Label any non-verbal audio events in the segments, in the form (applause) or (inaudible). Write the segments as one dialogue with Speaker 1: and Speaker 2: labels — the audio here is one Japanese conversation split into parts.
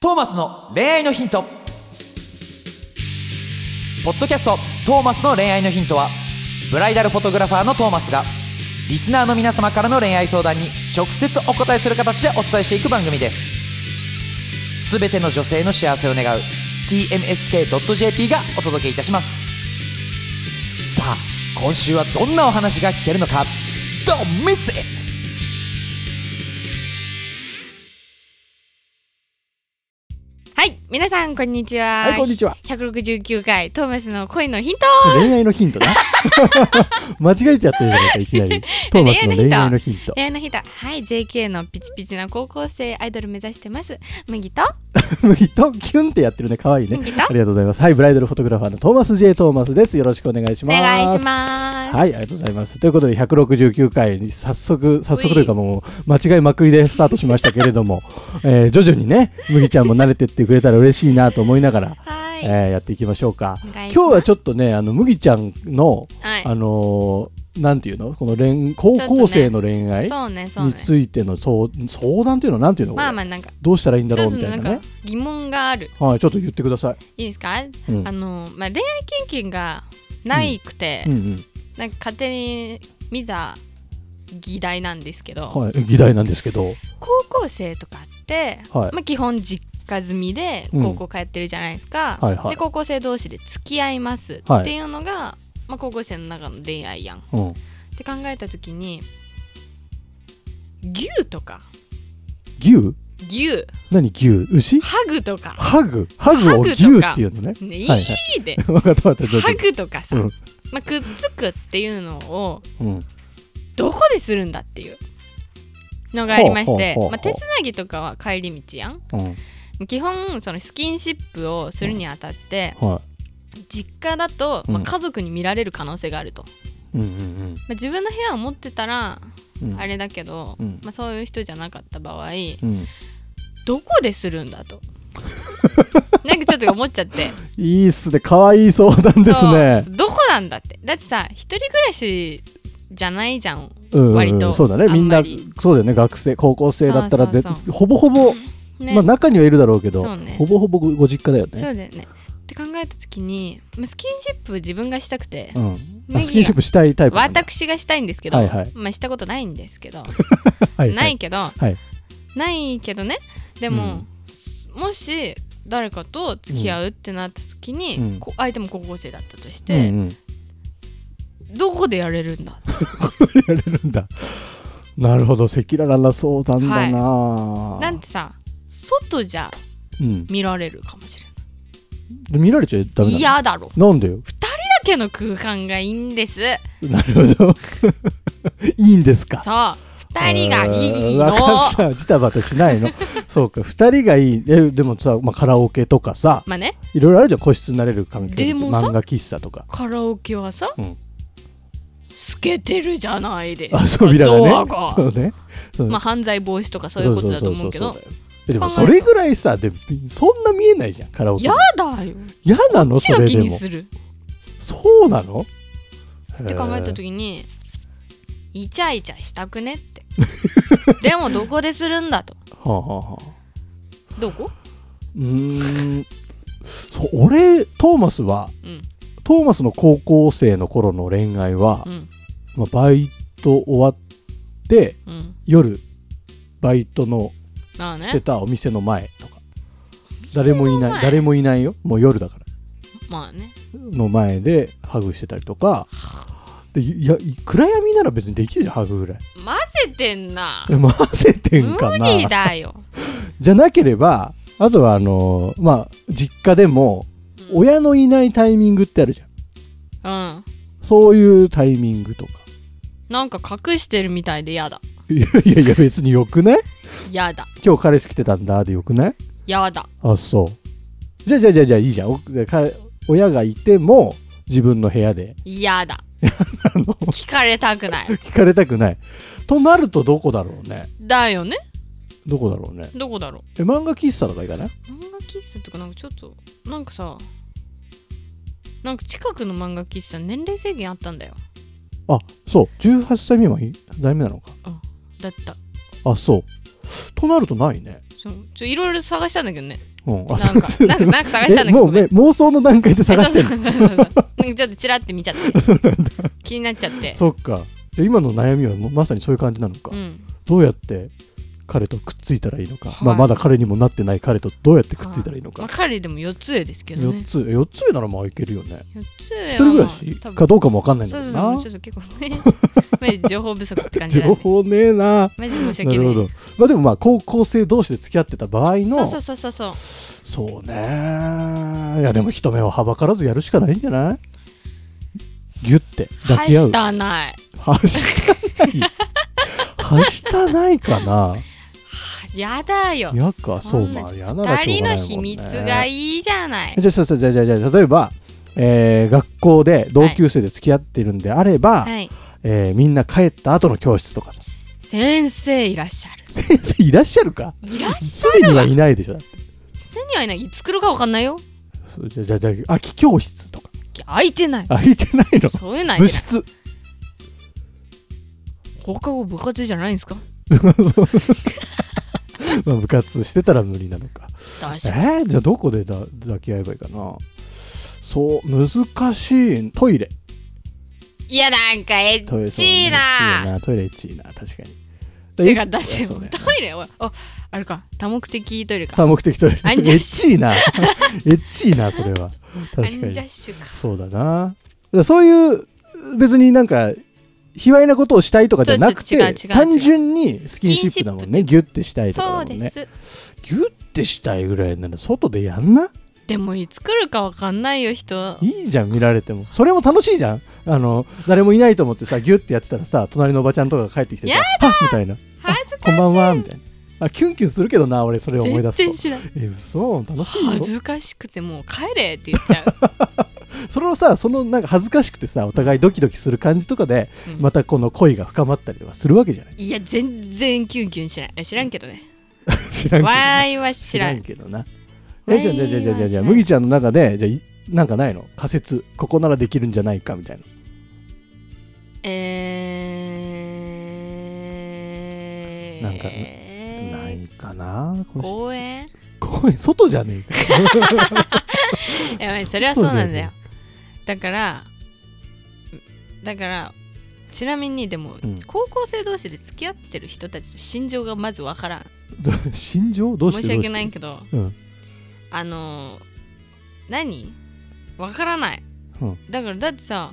Speaker 1: トーマスの恋愛のヒントポッドキャスト「トーマスの恋愛のヒントは」ブライダルフォトグラファーのトーマスがリスナーの皆様からの恋愛相談に直接お答えする形でお伝えしていく番組ですすべての女性の幸せを願う tmsk.jp がお届けいたしますさあ今週はどんなお話が聞けるのか Don't miss it!
Speaker 2: はい、皆さんこんにちは。
Speaker 3: はいこんにちは。
Speaker 2: 169回トーマスの恋のヒント。
Speaker 3: (laughs) 恋愛のヒントな。間違えちゃってるじゃないか、いきな (laughs) り。トーマスの恋愛のヒント。 (laughs)
Speaker 2: 恋愛のヒント。はい、JK のピチピチな高校生アイドル目指してます。麦と
Speaker 3: 麦とキュンってやってるね、可愛いね。
Speaker 2: 麦と
Speaker 3: ありがとうございます。はい、ブライダルフォトグラファーのトーマス J. トーマスです。よろしくお願いし
Speaker 2: お
Speaker 3: ます。
Speaker 2: 願いします。
Speaker 3: はい、ありがとうございます。ということで、169回に早速、早速というかもう、間違いまくりでスタートしましたけれども、 (laughs) えー徐々にね、麦ちゃんも慣れてってくれたら嬉しいなと思いながら、
Speaker 2: はい。
Speaker 3: えーやっていきましょうか。
Speaker 2: お願いします
Speaker 3: 今日はちょっとね、あの、麦ちゃんの、
Speaker 2: はい
Speaker 3: あのーなんていうのこの恋高校生の恋愛
Speaker 2: そうね、そう
Speaker 3: に
Speaker 2: ね。
Speaker 3: ついてのそう相談っていうのはなんていうのこれ
Speaker 2: まあまあなんか、
Speaker 3: どうしたらいいんだ
Speaker 2: ち
Speaker 3: ろ
Speaker 2: ょっ
Speaker 3: う
Speaker 2: と
Speaker 3: みた
Speaker 2: ないん
Speaker 3: な
Speaker 2: か
Speaker 3: ね
Speaker 2: 疑問がある。
Speaker 3: はいちょっと言ってください
Speaker 2: いいですか、
Speaker 3: うん
Speaker 2: あの、まあ、恋愛経験がないくて、
Speaker 3: うんうん
Speaker 2: なんか勝手に見た議題なんですけど、
Speaker 3: はい議題なんですけど
Speaker 2: 高校生とかって、
Speaker 3: はい
Speaker 2: まあ、基本実家住みで
Speaker 3: うん
Speaker 2: 高校通ってるじゃないですか、
Speaker 3: はいはい
Speaker 2: で高校生同士で付き合います
Speaker 3: はい
Speaker 2: っていうのが、まあ、高校生の中の恋愛やんっ
Speaker 3: うん
Speaker 2: て考えた時に牛とか
Speaker 3: 牛
Speaker 2: 牛
Speaker 3: 何牛牛
Speaker 2: ハグとか、
Speaker 3: ハグハグを牛っていうのね
Speaker 2: ね、
Speaker 3: はい
Speaker 2: いい
Speaker 3: (laughs)
Speaker 2: で、
Speaker 3: 分かった分かったちょっ
Speaker 2: ハグとかさ、
Speaker 3: うん
Speaker 2: まあ、くっつくっていうのを
Speaker 3: とうん
Speaker 2: どこでするんだっていうのがありまして
Speaker 3: ほうほうほうほう
Speaker 2: まあ、手つなぎとかは帰り道やん
Speaker 3: うん
Speaker 2: 基本そのスキンシップをするにあたって、
Speaker 3: は
Speaker 2: 実家だと、
Speaker 3: うん
Speaker 2: まあ、家族に見られる可能性があると、ま
Speaker 3: いうんうん
Speaker 2: あ、自分の部屋を持ってたら
Speaker 3: うんうん
Speaker 2: あれだけど、
Speaker 3: うん
Speaker 2: まあ、そういう人じゃなかった場合
Speaker 3: うん
Speaker 2: どこでするんだ
Speaker 3: (laughs)
Speaker 2: となんかちょっと思っちゃって
Speaker 3: いいっすね可愛い相談ですね
Speaker 2: そうどこなんだってだってさ一人暮らしじゃないじゃん
Speaker 3: うんうん
Speaker 2: 割
Speaker 3: う
Speaker 2: と
Speaker 3: んそうだねみん
Speaker 2: あま
Speaker 3: なん
Speaker 2: り
Speaker 3: そうだよね学生高校生だったら
Speaker 2: そう
Speaker 3: ぜ
Speaker 2: そうそ
Speaker 3: ほぼほぼ
Speaker 2: ね、
Speaker 3: まあ中にはいるだろうけど
Speaker 2: そうね
Speaker 3: ほぼほぼごご実家だよ
Speaker 2: そ
Speaker 3: ね
Speaker 2: うだよねって考えた時にまあスキンシップ自分がしたくて、
Speaker 3: うん
Speaker 2: ネギが
Speaker 3: あスキンシップしたいタイプなんだ
Speaker 2: 私がしたいんですけど、
Speaker 3: はいはい
Speaker 2: まあしたことないんですけど
Speaker 3: はいはい
Speaker 2: ないけど、
Speaker 3: はい
Speaker 2: ないけどねでも、もし誰かと付き合うってなった時に、
Speaker 3: うん
Speaker 2: こ相手も高校生だったとし
Speaker 3: う
Speaker 2: て、
Speaker 3: ん (laughs) うん、や
Speaker 2: どこでやれるんだ
Speaker 3: れるんだなるほど赤裸々な相談だな、ぁ
Speaker 2: なんてさ外じゃ
Speaker 3: うん、
Speaker 2: 見られるかもしれ
Speaker 3: で見られちゃダ
Speaker 2: な
Speaker 3: メ
Speaker 2: い
Speaker 3: な
Speaker 2: 嫌だろ
Speaker 3: のなんでよ
Speaker 2: だけの空間がいいんです
Speaker 3: なる
Speaker 2: (laughs)
Speaker 3: ほどいいんですか
Speaker 2: さあ二人がいい
Speaker 3: あーわ
Speaker 2: の
Speaker 3: かったジタバタしないのそうか二人がいいえでもさ、まあ、カラオケとかさ
Speaker 2: まあね
Speaker 3: いろいろあるじゃん個室になれる環境
Speaker 2: でもさ
Speaker 3: 漫画喫茶とか
Speaker 2: カラオケはさ、
Speaker 3: うん
Speaker 2: 透けてるじゃないで
Speaker 3: あ
Speaker 2: すか
Speaker 3: 扉がね
Speaker 2: ドアが
Speaker 3: そうねそう
Speaker 2: まあ犯罪防止とかそういうことだと思うけ
Speaker 3: そ
Speaker 2: ど
Speaker 3: そそそそだよでもそれぐらいさでそんな見えないじゃんカラオケ
Speaker 2: やだよ
Speaker 3: 嫌なのそ
Speaker 2: 強
Speaker 3: れ
Speaker 2: 気
Speaker 3: で
Speaker 2: に
Speaker 3: も
Speaker 2: する
Speaker 3: そうなの
Speaker 2: って考えた
Speaker 3: へ
Speaker 2: 時にイチャイチャしたくねって
Speaker 3: (laughs)
Speaker 2: でもどこでするんだと
Speaker 3: ーはあはあはあ
Speaker 2: どこ
Speaker 3: うーんそう俺トーマスは
Speaker 2: うん
Speaker 3: トーマスの高校生の頃の恋愛は、
Speaker 2: うん
Speaker 3: まあ、バイト終わって
Speaker 2: うん
Speaker 3: 夜バイトの
Speaker 2: なあ
Speaker 3: して
Speaker 2: ね
Speaker 3: たお店の前とか誰もいない
Speaker 2: 前
Speaker 3: 誰もいないよもう夜だから
Speaker 2: まあね
Speaker 3: の前でハグしてたりとかでいや暗闇なら別にできるじゃんハグぐらい
Speaker 2: 混ぜてんな
Speaker 3: え混ぜてん
Speaker 2: 無
Speaker 3: かな
Speaker 2: 理だよ
Speaker 3: じゃなければあとはあのーまあ実家でも
Speaker 2: うん
Speaker 3: 親のいないタイミングってあるじゃ
Speaker 2: う
Speaker 3: ん
Speaker 2: ん
Speaker 3: そういうタイミングとか (laughs)
Speaker 2: なんか隠してるみたいでやだ
Speaker 3: いやいやいや別によくない
Speaker 2: やだ
Speaker 3: 今日彼氏来てたんだでよくない
Speaker 2: やだ
Speaker 3: あそうじゃあじゃあじゃあじゃあいいじゃんおでか親がいても自分の部屋で
Speaker 2: やだ
Speaker 3: あの
Speaker 2: 聞かれたくない
Speaker 3: 聞かれたくないとなるとどこだろうね
Speaker 2: だよね
Speaker 3: どこだろうね
Speaker 2: どこだろ
Speaker 3: え漫画喫茶とか行かないう
Speaker 2: 漫画喫茶とかなんかちょっとなんかさなんか近くの漫画喫茶年齢制限あったんだよ
Speaker 3: あそう18歳未満いダメなのか
Speaker 2: だった
Speaker 3: あそうとなるとないね
Speaker 2: そうそうちょいろいろ探したんだけどね
Speaker 3: うん
Speaker 2: なんかなんかなんか探したんだけ
Speaker 3: (laughs)
Speaker 2: ど
Speaker 3: えも
Speaker 2: ご
Speaker 3: う
Speaker 2: めん
Speaker 3: ね妄想の段階で探してる
Speaker 2: そうそうそうそうなんかちょっとチラって見ちゃ
Speaker 3: (laughs)
Speaker 2: って気になっちゃって
Speaker 3: そっかじゃあ今の悩みはもうまさにそういう感じなのか、
Speaker 2: うん、
Speaker 3: どうやって彼とくっついたらいいのか、
Speaker 2: はい
Speaker 3: まあ、まだ彼にもなってない彼とどうやってくっついたらいいのか、
Speaker 2: まあ、彼でも4つ上ですけど
Speaker 3: 4
Speaker 2: ね
Speaker 3: つ4つ上ならまあいけるよね
Speaker 2: 4つ上は
Speaker 3: 一人暮らし
Speaker 2: 多分
Speaker 3: かどうかもわかんないん
Speaker 2: そ
Speaker 3: だ
Speaker 2: う
Speaker 3: け
Speaker 2: そう
Speaker 3: ど
Speaker 2: そう
Speaker 3: な
Speaker 2: ちょっと結構 (laughs) ねマジ情報不足って感じ
Speaker 3: 情
Speaker 2: なんで
Speaker 3: 報ねえな
Speaker 2: マジ申し訳
Speaker 3: なる
Speaker 2: ない
Speaker 3: ほどまあでもまあ高校生同士で付き合ってた場合の
Speaker 2: そうそうそうそうそ
Speaker 3: そうねいやでも人目をはばからずやるしかないんじゃないギュって
Speaker 2: う
Speaker 3: 抱
Speaker 2: は
Speaker 3: き合う
Speaker 2: したない
Speaker 3: はした
Speaker 2: (laughs)
Speaker 3: ないはしたないかな
Speaker 2: やだよ
Speaker 3: やかそうん
Speaker 2: な
Speaker 3: まあやならしょうがない
Speaker 2: 二人の
Speaker 3: もんね
Speaker 2: 秘密がいいじゃない
Speaker 3: じゃあそうそうじゃあじゃあじゃあ例えば、えー学校で同級生で付き合ってるんであれば、
Speaker 2: はい
Speaker 3: えーみんな帰った後の教室とかさ (laughs)
Speaker 2: 先生いらっしゃる
Speaker 3: 先生いらっしゃるか
Speaker 2: いらっし
Speaker 3: すでにはいないでしょだって
Speaker 2: ゃるにはいないいつ来るかわかんないよ
Speaker 3: そうじゃあじゃあじゃあ空き教室とか
Speaker 2: 空いてない
Speaker 3: 空いてないの
Speaker 2: そういうのは
Speaker 3: 部室
Speaker 2: 放課後部活じゃないんですか
Speaker 3: (laughs) まあ部活してたら無理なのか
Speaker 2: 大
Speaker 3: え
Speaker 2: 丈
Speaker 3: ー、じゃあどこでだ抱き合えばいいかなそう難しいトイレ
Speaker 2: 夫いやなんかエ
Speaker 3: トイレ
Speaker 2: ッチーな
Speaker 3: そうねエッチーなトイレエッチーな確かに
Speaker 2: てかだって
Speaker 3: そうね
Speaker 2: トイレはああれか多目的トイレか
Speaker 3: 多目的トイレエ
Speaker 2: アンジャッ
Speaker 3: ッチーなエッチーなそれは確か
Speaker 2: アンジャ
Speaker 3: に
Speaker 2: ッシュか
Speaker 3: そうだなだからそういう別になんか卑猥なことをしたいとかじゃなく
Speaker 2: そう違う違
Speaker 3: て
Speaker 2: う違う
Speaker 3: 単純にスキンシップだもんねギュッてしたいとかだも
Speaker 2: そうんで
Speaker 3: ね
Speaker 2: す
Speaker 3: ギュッてしたいぐらいなら外でやんな
Speaker 2: でもいつ来るかわかんないよ人
Speaker 3: いいじゃん見られてもそれも楽しいじゃんあの誰もいないと思ってさギュッてやってたらさ隣のおばちゃんとかが帰ってきてさ「はっ」みたいな
Speaker 2: 恥ず
Speaker 3: 「こん
Speaker 2: か
Speaker 3: ばんは」みたいなあキュンキュンするけどな俺それを思い出
Speaker 2: 全
Speaker 3: すと
Speaker 2: 然しない
Speaker 3: え嘘楽しいよ
Speaker 2: 恥ずかしくてもう帰れって言っちゃう
Speaker 3: それをさそのなんか恥ずかしくてさお互いドキドキする感じとかで、
Speaker 2: うん
Speaker 3: またこの恋が深まったりとかするわけじゃない (laughs)
Speaker 2: いや全然キュンキュンしないえ知らんけどね
Speaker 3: 知らんけ
Speaker 2: わ
Speaker 3: どな
Speaker 2: ーいは知
Speaker 3: 知
Speaker 2: ら
Speaker 3: ら
Speaker 2: ん
Speaker 3: んけどな
Speaker 2: わ
Speaker 3: え
Speaker 2: い
Speaker 3: じゃあじゃあじゃあじゃあじゃあじゃ
Speaker 2: わいは知ら
Speaker 3: あ
Speaker 2: ん
Speaker 3: 麦ちゃんの中でじゃあいなんかないの仮説ここならできるんじゃないかみたいな
Speaker 2: えー、
Speaker 3: なんかないかなこ
Speaker 2: 公
Speaker 3: れ (laughs)
Speaker 2: 園
Speaker 3: 公園外じゃねえか
Speaker 2: いやばいそれはそうなんだよだからだからちなみにでも、
Speaker 3: うん
Speaker 2: 高校生同士で付き合ってる人たちの心情がまずわからん
Speaker 3: ど心情どうして
Speaker 2: 申し訳ない
Speaker 3: ど
Speaker 2: けど
Speaker 3: うしてうん
Speaker 2: あのー何わからない、
Speaker 3: うん
Speaker 2: だからだってさ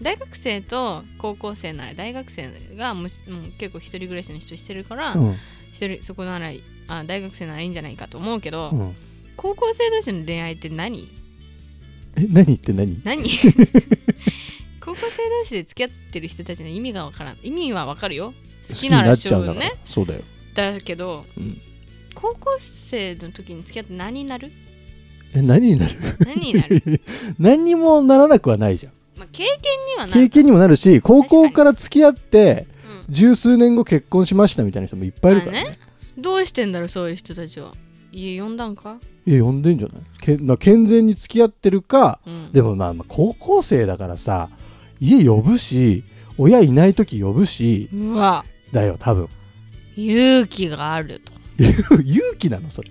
Speaker 2: 大学生と高校生なら大学生がもしもう結構一人暮らしの人してるから、
Speaker 3: うん
Speaker 2: 一人そこならあ大学生ならいいんじゃないかと思うけど、
Speaker 3: うん
Speaker 2: 高校生同士の恋愛って何
Speaker 3: え何って何 (laughs)
Speaker 2: 何高校生同士で付き合ってる人たちの意味がわからん意味はわかるよ好きならしょう
Speaker 3: 好きになっちゃうんだから
Speaker 2: ね
Speaker 3: そうだよ
Speaker 2: だけど、
Speaker 3: うん
Speaker 2: 高校生の時に付き合って何になる
Speaker 3: え何に
Speaker 2: (laughs)
Speaker 3: なる
Speaker 2: 何に
Speaker 3: (laughs)
Speaker 2: なる、
Speaker 3: 何にもならなくはないじゃん
Speaker 2: まあ、経験にはな
Speaker 3: 経
Speaker 2: る、
Speaker 3: 験にもなるし高校から付き合って
Speaker 2: うん
Speaker 3: 十数年後結婚しましたみたいな人もいっぱいいるから
Speaker 2: まあ
Speaker 3: ね。
Speaker 2: どうしてんだろうそういう人たちは家呼んだんか、
Speaker 3: いや、呼んでんじゃないけな健全に付き合ってるか、
Speaker 2: うん、
Speaker 3: でもまあまあ高校生だからさ、家呼ぶし、親いない時呼ぶし、
Speaker 2: うわ
Speaker 3: だよ、多分。
Speaker 2: 勇気があると
Speaker 3: (laughs) 勇気なの、それ。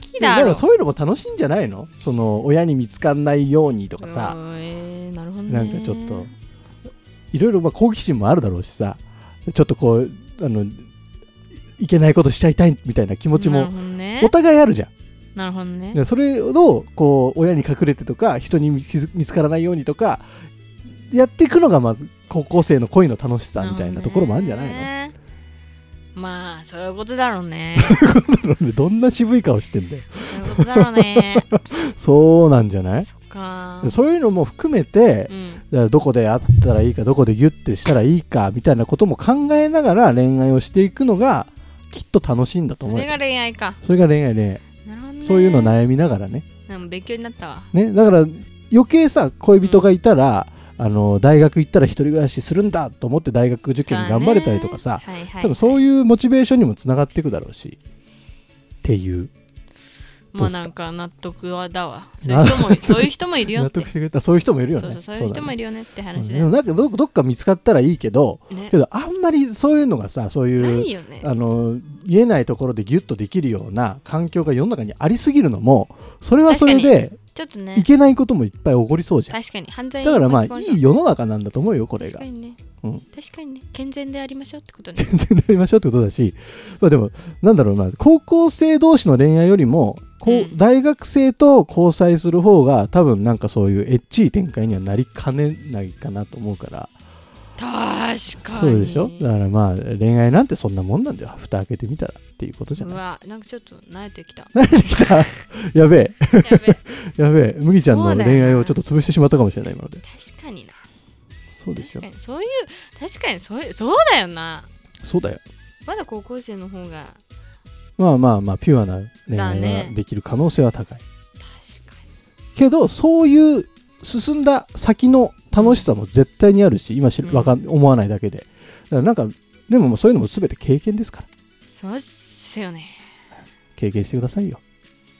Speaker 2: 気
Speaker 3: だ
Speaker 2: だ
Speaker 3: か
Speaker 2: ろ
Speaker 3: らそういうのも楽しいんじゃないのその、親に見つかんないようにとか
Speaker 2: う
Speaker 3: さ、
Speaker 2: んえーなるほどね
Speaker 3: なんかちょっと、いろいろまあ好奇心もあるだろうしさ、ちょっとこう、あの、いけないことしちゃいたいみたいな気持ち
Speaker 2: なる
Speaker 3: も
Speaker 2: ほどね
Speaker 3: お互いあるじゃん。
Speaker 2: なるほどね
Speaker 3: でそれをこう親に隠れてとか人に見つ見つからないようにとかやっていくのがまず高校生の恋の楽しさみたいなところもあるんじゃないの
Speaker 2: なるほどねまあそういうことだろうね
Speaker 3: どんな渋い顔してんだよ
Speaker 2: そういうことだろう
Speaker 3: (laughs)
Speaker 2: ね
Speaker 3: そうなんじゃない
Speaker 2: そっか
Speaker 3: でそういうのも含めて
Speaker 2: うん
Speaker 3: だからどこで会ったらいいかどこでギュッてしたらいいかみたいなことも考えながら恋愛をしていくのがきっと楽しいんだと
Speaker 2: そ
Speaker 3: 思うよ
Speaker 2: れが恋愛か
Speaker 3: それが恋愛ね
Speaker 2: なるほどね
Speaker 3: そういうの悩みながらね
Speaker 2: でも勉強になったわ
Speaker 3: ね、だから余計さ恋人がいたら、あの大学行ったら一人暮らしするんだと思って大学受験頑張れたりとかさ、
Speaker 2: はいはい
Speaker 3: 多分そういうモチベーションにもつながっていくだろうしっていう
Speaker 2: まあ
Speaker 3: どうですか
Speaker 2: なんか納得はだわそういう人も
Speaker 3: (laughs)
Speaker 2: そういう人もいるよっ
Speaker 3: 納
Speaker 2: て
Speaker 3: 得してくれたそういう人もいるよ
Speaker 2: そ
Speaker 3: ね
Speaker 2: うそうそういう人もいるよねって
Speaker 3: そうだね
Speaker 2: 話
Speaker 3: うん
Speaker 2: だよね
Speaker 3: でもなんかどどっか見つかったらいいけどけどあんまりそういうのがさそう
Speaker 2: ないいうよね
Speaker 3: あの言えないところでギュッとできるような環境が世の中にありすぎるのもそれはそれで
Speaker 2: ちょっと
Speaker 3: い
Speaker 2: ね
Speaker 3: けないこともいっぱい起こりそうじゃん
Speaker 2: 確かに犯罪に
Speaker 3: だからまあ
Speaker 2: 巻き込ま
Speaker 3: い
Speaker 2: れそう
Speaker 3: い世の中なんだと思うよこれ
Speaker 2: 確
Speaker 3: が
Speaker 2: かにね、
Speaker 3: うん
Speaker 2: 確かにね健全でありましょうってこと
Speaker 3: (laughs)
Speaker 2: ね
Speaker 3: 健全でありましょうってことだし、まあ、でもなんだろうな高校生同士の恋愛よりもこう
Speaker 2: うん
Speaker 3: 大学生と交際する方が多分なんかそういうエッチい展開にはなりかねないかなと思うから
Speaker 2: 確かに
Speaker 3: そうでしょだからまあ恋愛なんてそんなもんなんだよ蓋開けてみたらっていうことじゃ
Speaker 2: う
Speaker 3: (laughs) ない
Speaker 2: わなんかちょっと慣れてきた
Speaker 3: 慣れてきた (laughs) やべえ
Speaker 2: やべ確
Speaker 3: やべえ麦ちゃん
Speaker 2: そ
Speaker 3: の
Speaker 2: うだよな
Speaker 3: 恋愛をちょっと潰してしまったかもしれない今ので
Speaker 2: かにな
Speaker 3: そうでし
Speaker 2: 確
Speaker 3: ょ
Speaker 2: かにそういう確かにそういうそうだよな
Speaker 3: そうだよ
Speaker 2: まだ高校生の方が
Speaker 3: まあまあまあピュアな恋
Speaker 2: だ
Speaker 3: 愛
Speaker 2: ね
Speaker 3: ができる可能性は高
Speaker 2: 確
Speaker 3: い
Speaker 2: か
Speaker 3: けどそういう進んだ先の楽しさも絶対にあるし今し
Speaker 2: うん
Speaker 3: わかん思わないだけでだからなんかでももうそういうのも全て経験ですから
Speaker 2: にそうっすよね
Speaker 3: 経験してくださいよ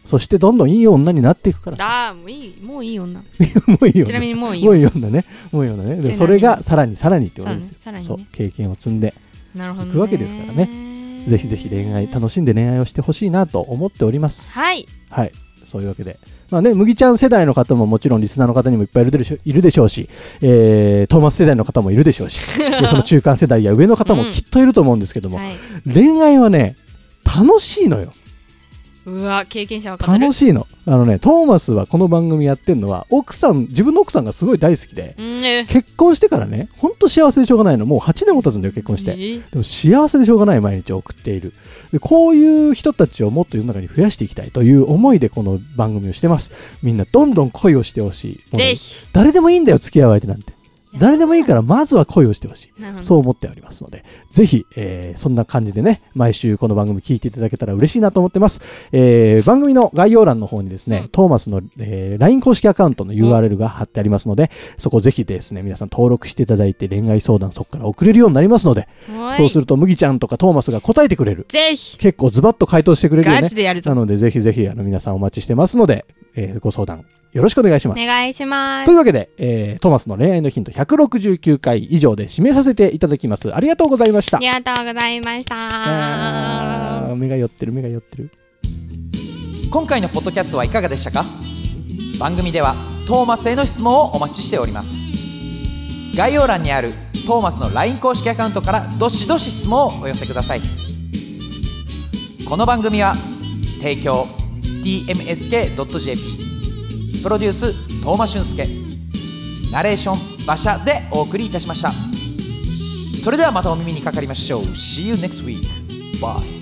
Speaker 3: そしてどんどんいい女になっていくから
Speaker 2: ああもういいもういい女
Speaker 3: (laughs) もういいよ
Speaker 2: ちなみにもういい
Speaker 3: もう
Speaker 2: よ
Speaker 3: いい女ねもういい女ね
Speaker 2: ちなみ
Speaker 3: で
Speaker 2: に
Speaker 3: それがさらにさらにってことですよ
Speaker 2: さらに
Speaker 3: そ
Speaker 2: さら
Speaker 3: う
Speaker 2: にね
Speaker 3: 経験を積んで
Speaker 2: なるほどね
Speaker 3: 行くわけですからねぜひぜひ恋愛楽しんで恋愛をしてほしいなと思っております
Speaker 2: はい
Speaker 3: はい、そういうわけで。まあね、麦ちゃん世代の方ももちろんリスナーの方にもいっぱいいるでしょいるでしょうし、えートーマス世代の方もいるでしょ
Speaker 2: (laughs)
Speaker 3: うしでその中間世代や上の方もきっといると思うんですけども、
Speaker 2: はい
Speaker 3: 恋愛はね楽しいのよ
Speaker 2: うわ経験者は語る
Speaker 3: 楽しいのあのねトーマスはこの番組やってるのは奥さん自分の奥さんがすごい大好きで
Speaker 2: うんえ
Speaker 3: 結婚してからねほんと幸せでしょうがないのもう8年も経つんだよ結婚して
Speaker 2: え
Speaker 3: でも幸せでしょうがない毎日を送っているでこういう人たちをもっと世の中に増やしていきたいという思いでこの番組をしてますみんなどんどん恋をしてほしいもう
Speaker 2: ぜひ
Speaker 3: 誰でもいいんだよ付き合う相手なんて誰でもいいからまずは恋をしてほしい
Speaker 2: なるほど
Speaker 3: そう思っておりますので、ぜひ、えーそんな感じでね、毎週この番組聞いていただけたら嬉しいなと思ってます。えー番組の概要欄の方にですね、
Speaker 2: うん
Speaker 3: トーマスの、えー LINE 公式アカウントの URL が貼ってありますので、そこぜひですね、皆さん登録していただいて恋愛相談そこから送れるようになりますので、
Speaker 2: はい
Speaker 3: そうすると麦ちゃんとかトーマスが答えてくれる。
Speaker 2: ぜひ
Speaker 3: 結構ズバッと回答してくれるよ
Speaker 2: ガ
Speaker 3: ね
Speaker 2: チ。でやるぞ
Speaker 3: なので、ぜひぜひあの皆さんお待ちしてますので、えーご相談よろしくお願いし
Speaker 2: お
Speaker 3: ます。
Speaker 2: 願いしま
Speaker 3: と
Speaker 2: す
Speaker 3: いうわけで、えートーマスの恋愛のヒント169回以上で締めさせていただきます。ありがとうございました
Speaker 2: あ。りがとうございました
Speaker 3: あー目が酔ってる目が酔ってる。
Speaker 1: 今回のポッドキャストはいかがでしたか番組ではトーマスへの質問をお待ちしております概要欄にあるトーマスの LINE 公式アカウントからどしどし質問をお寄せくださいこの番組は提供 tmsk.jp プロデューストーマ俊介ナレーション馬車でお送りいたしましたそれではまたお耳にかかりましょう See you next week Bye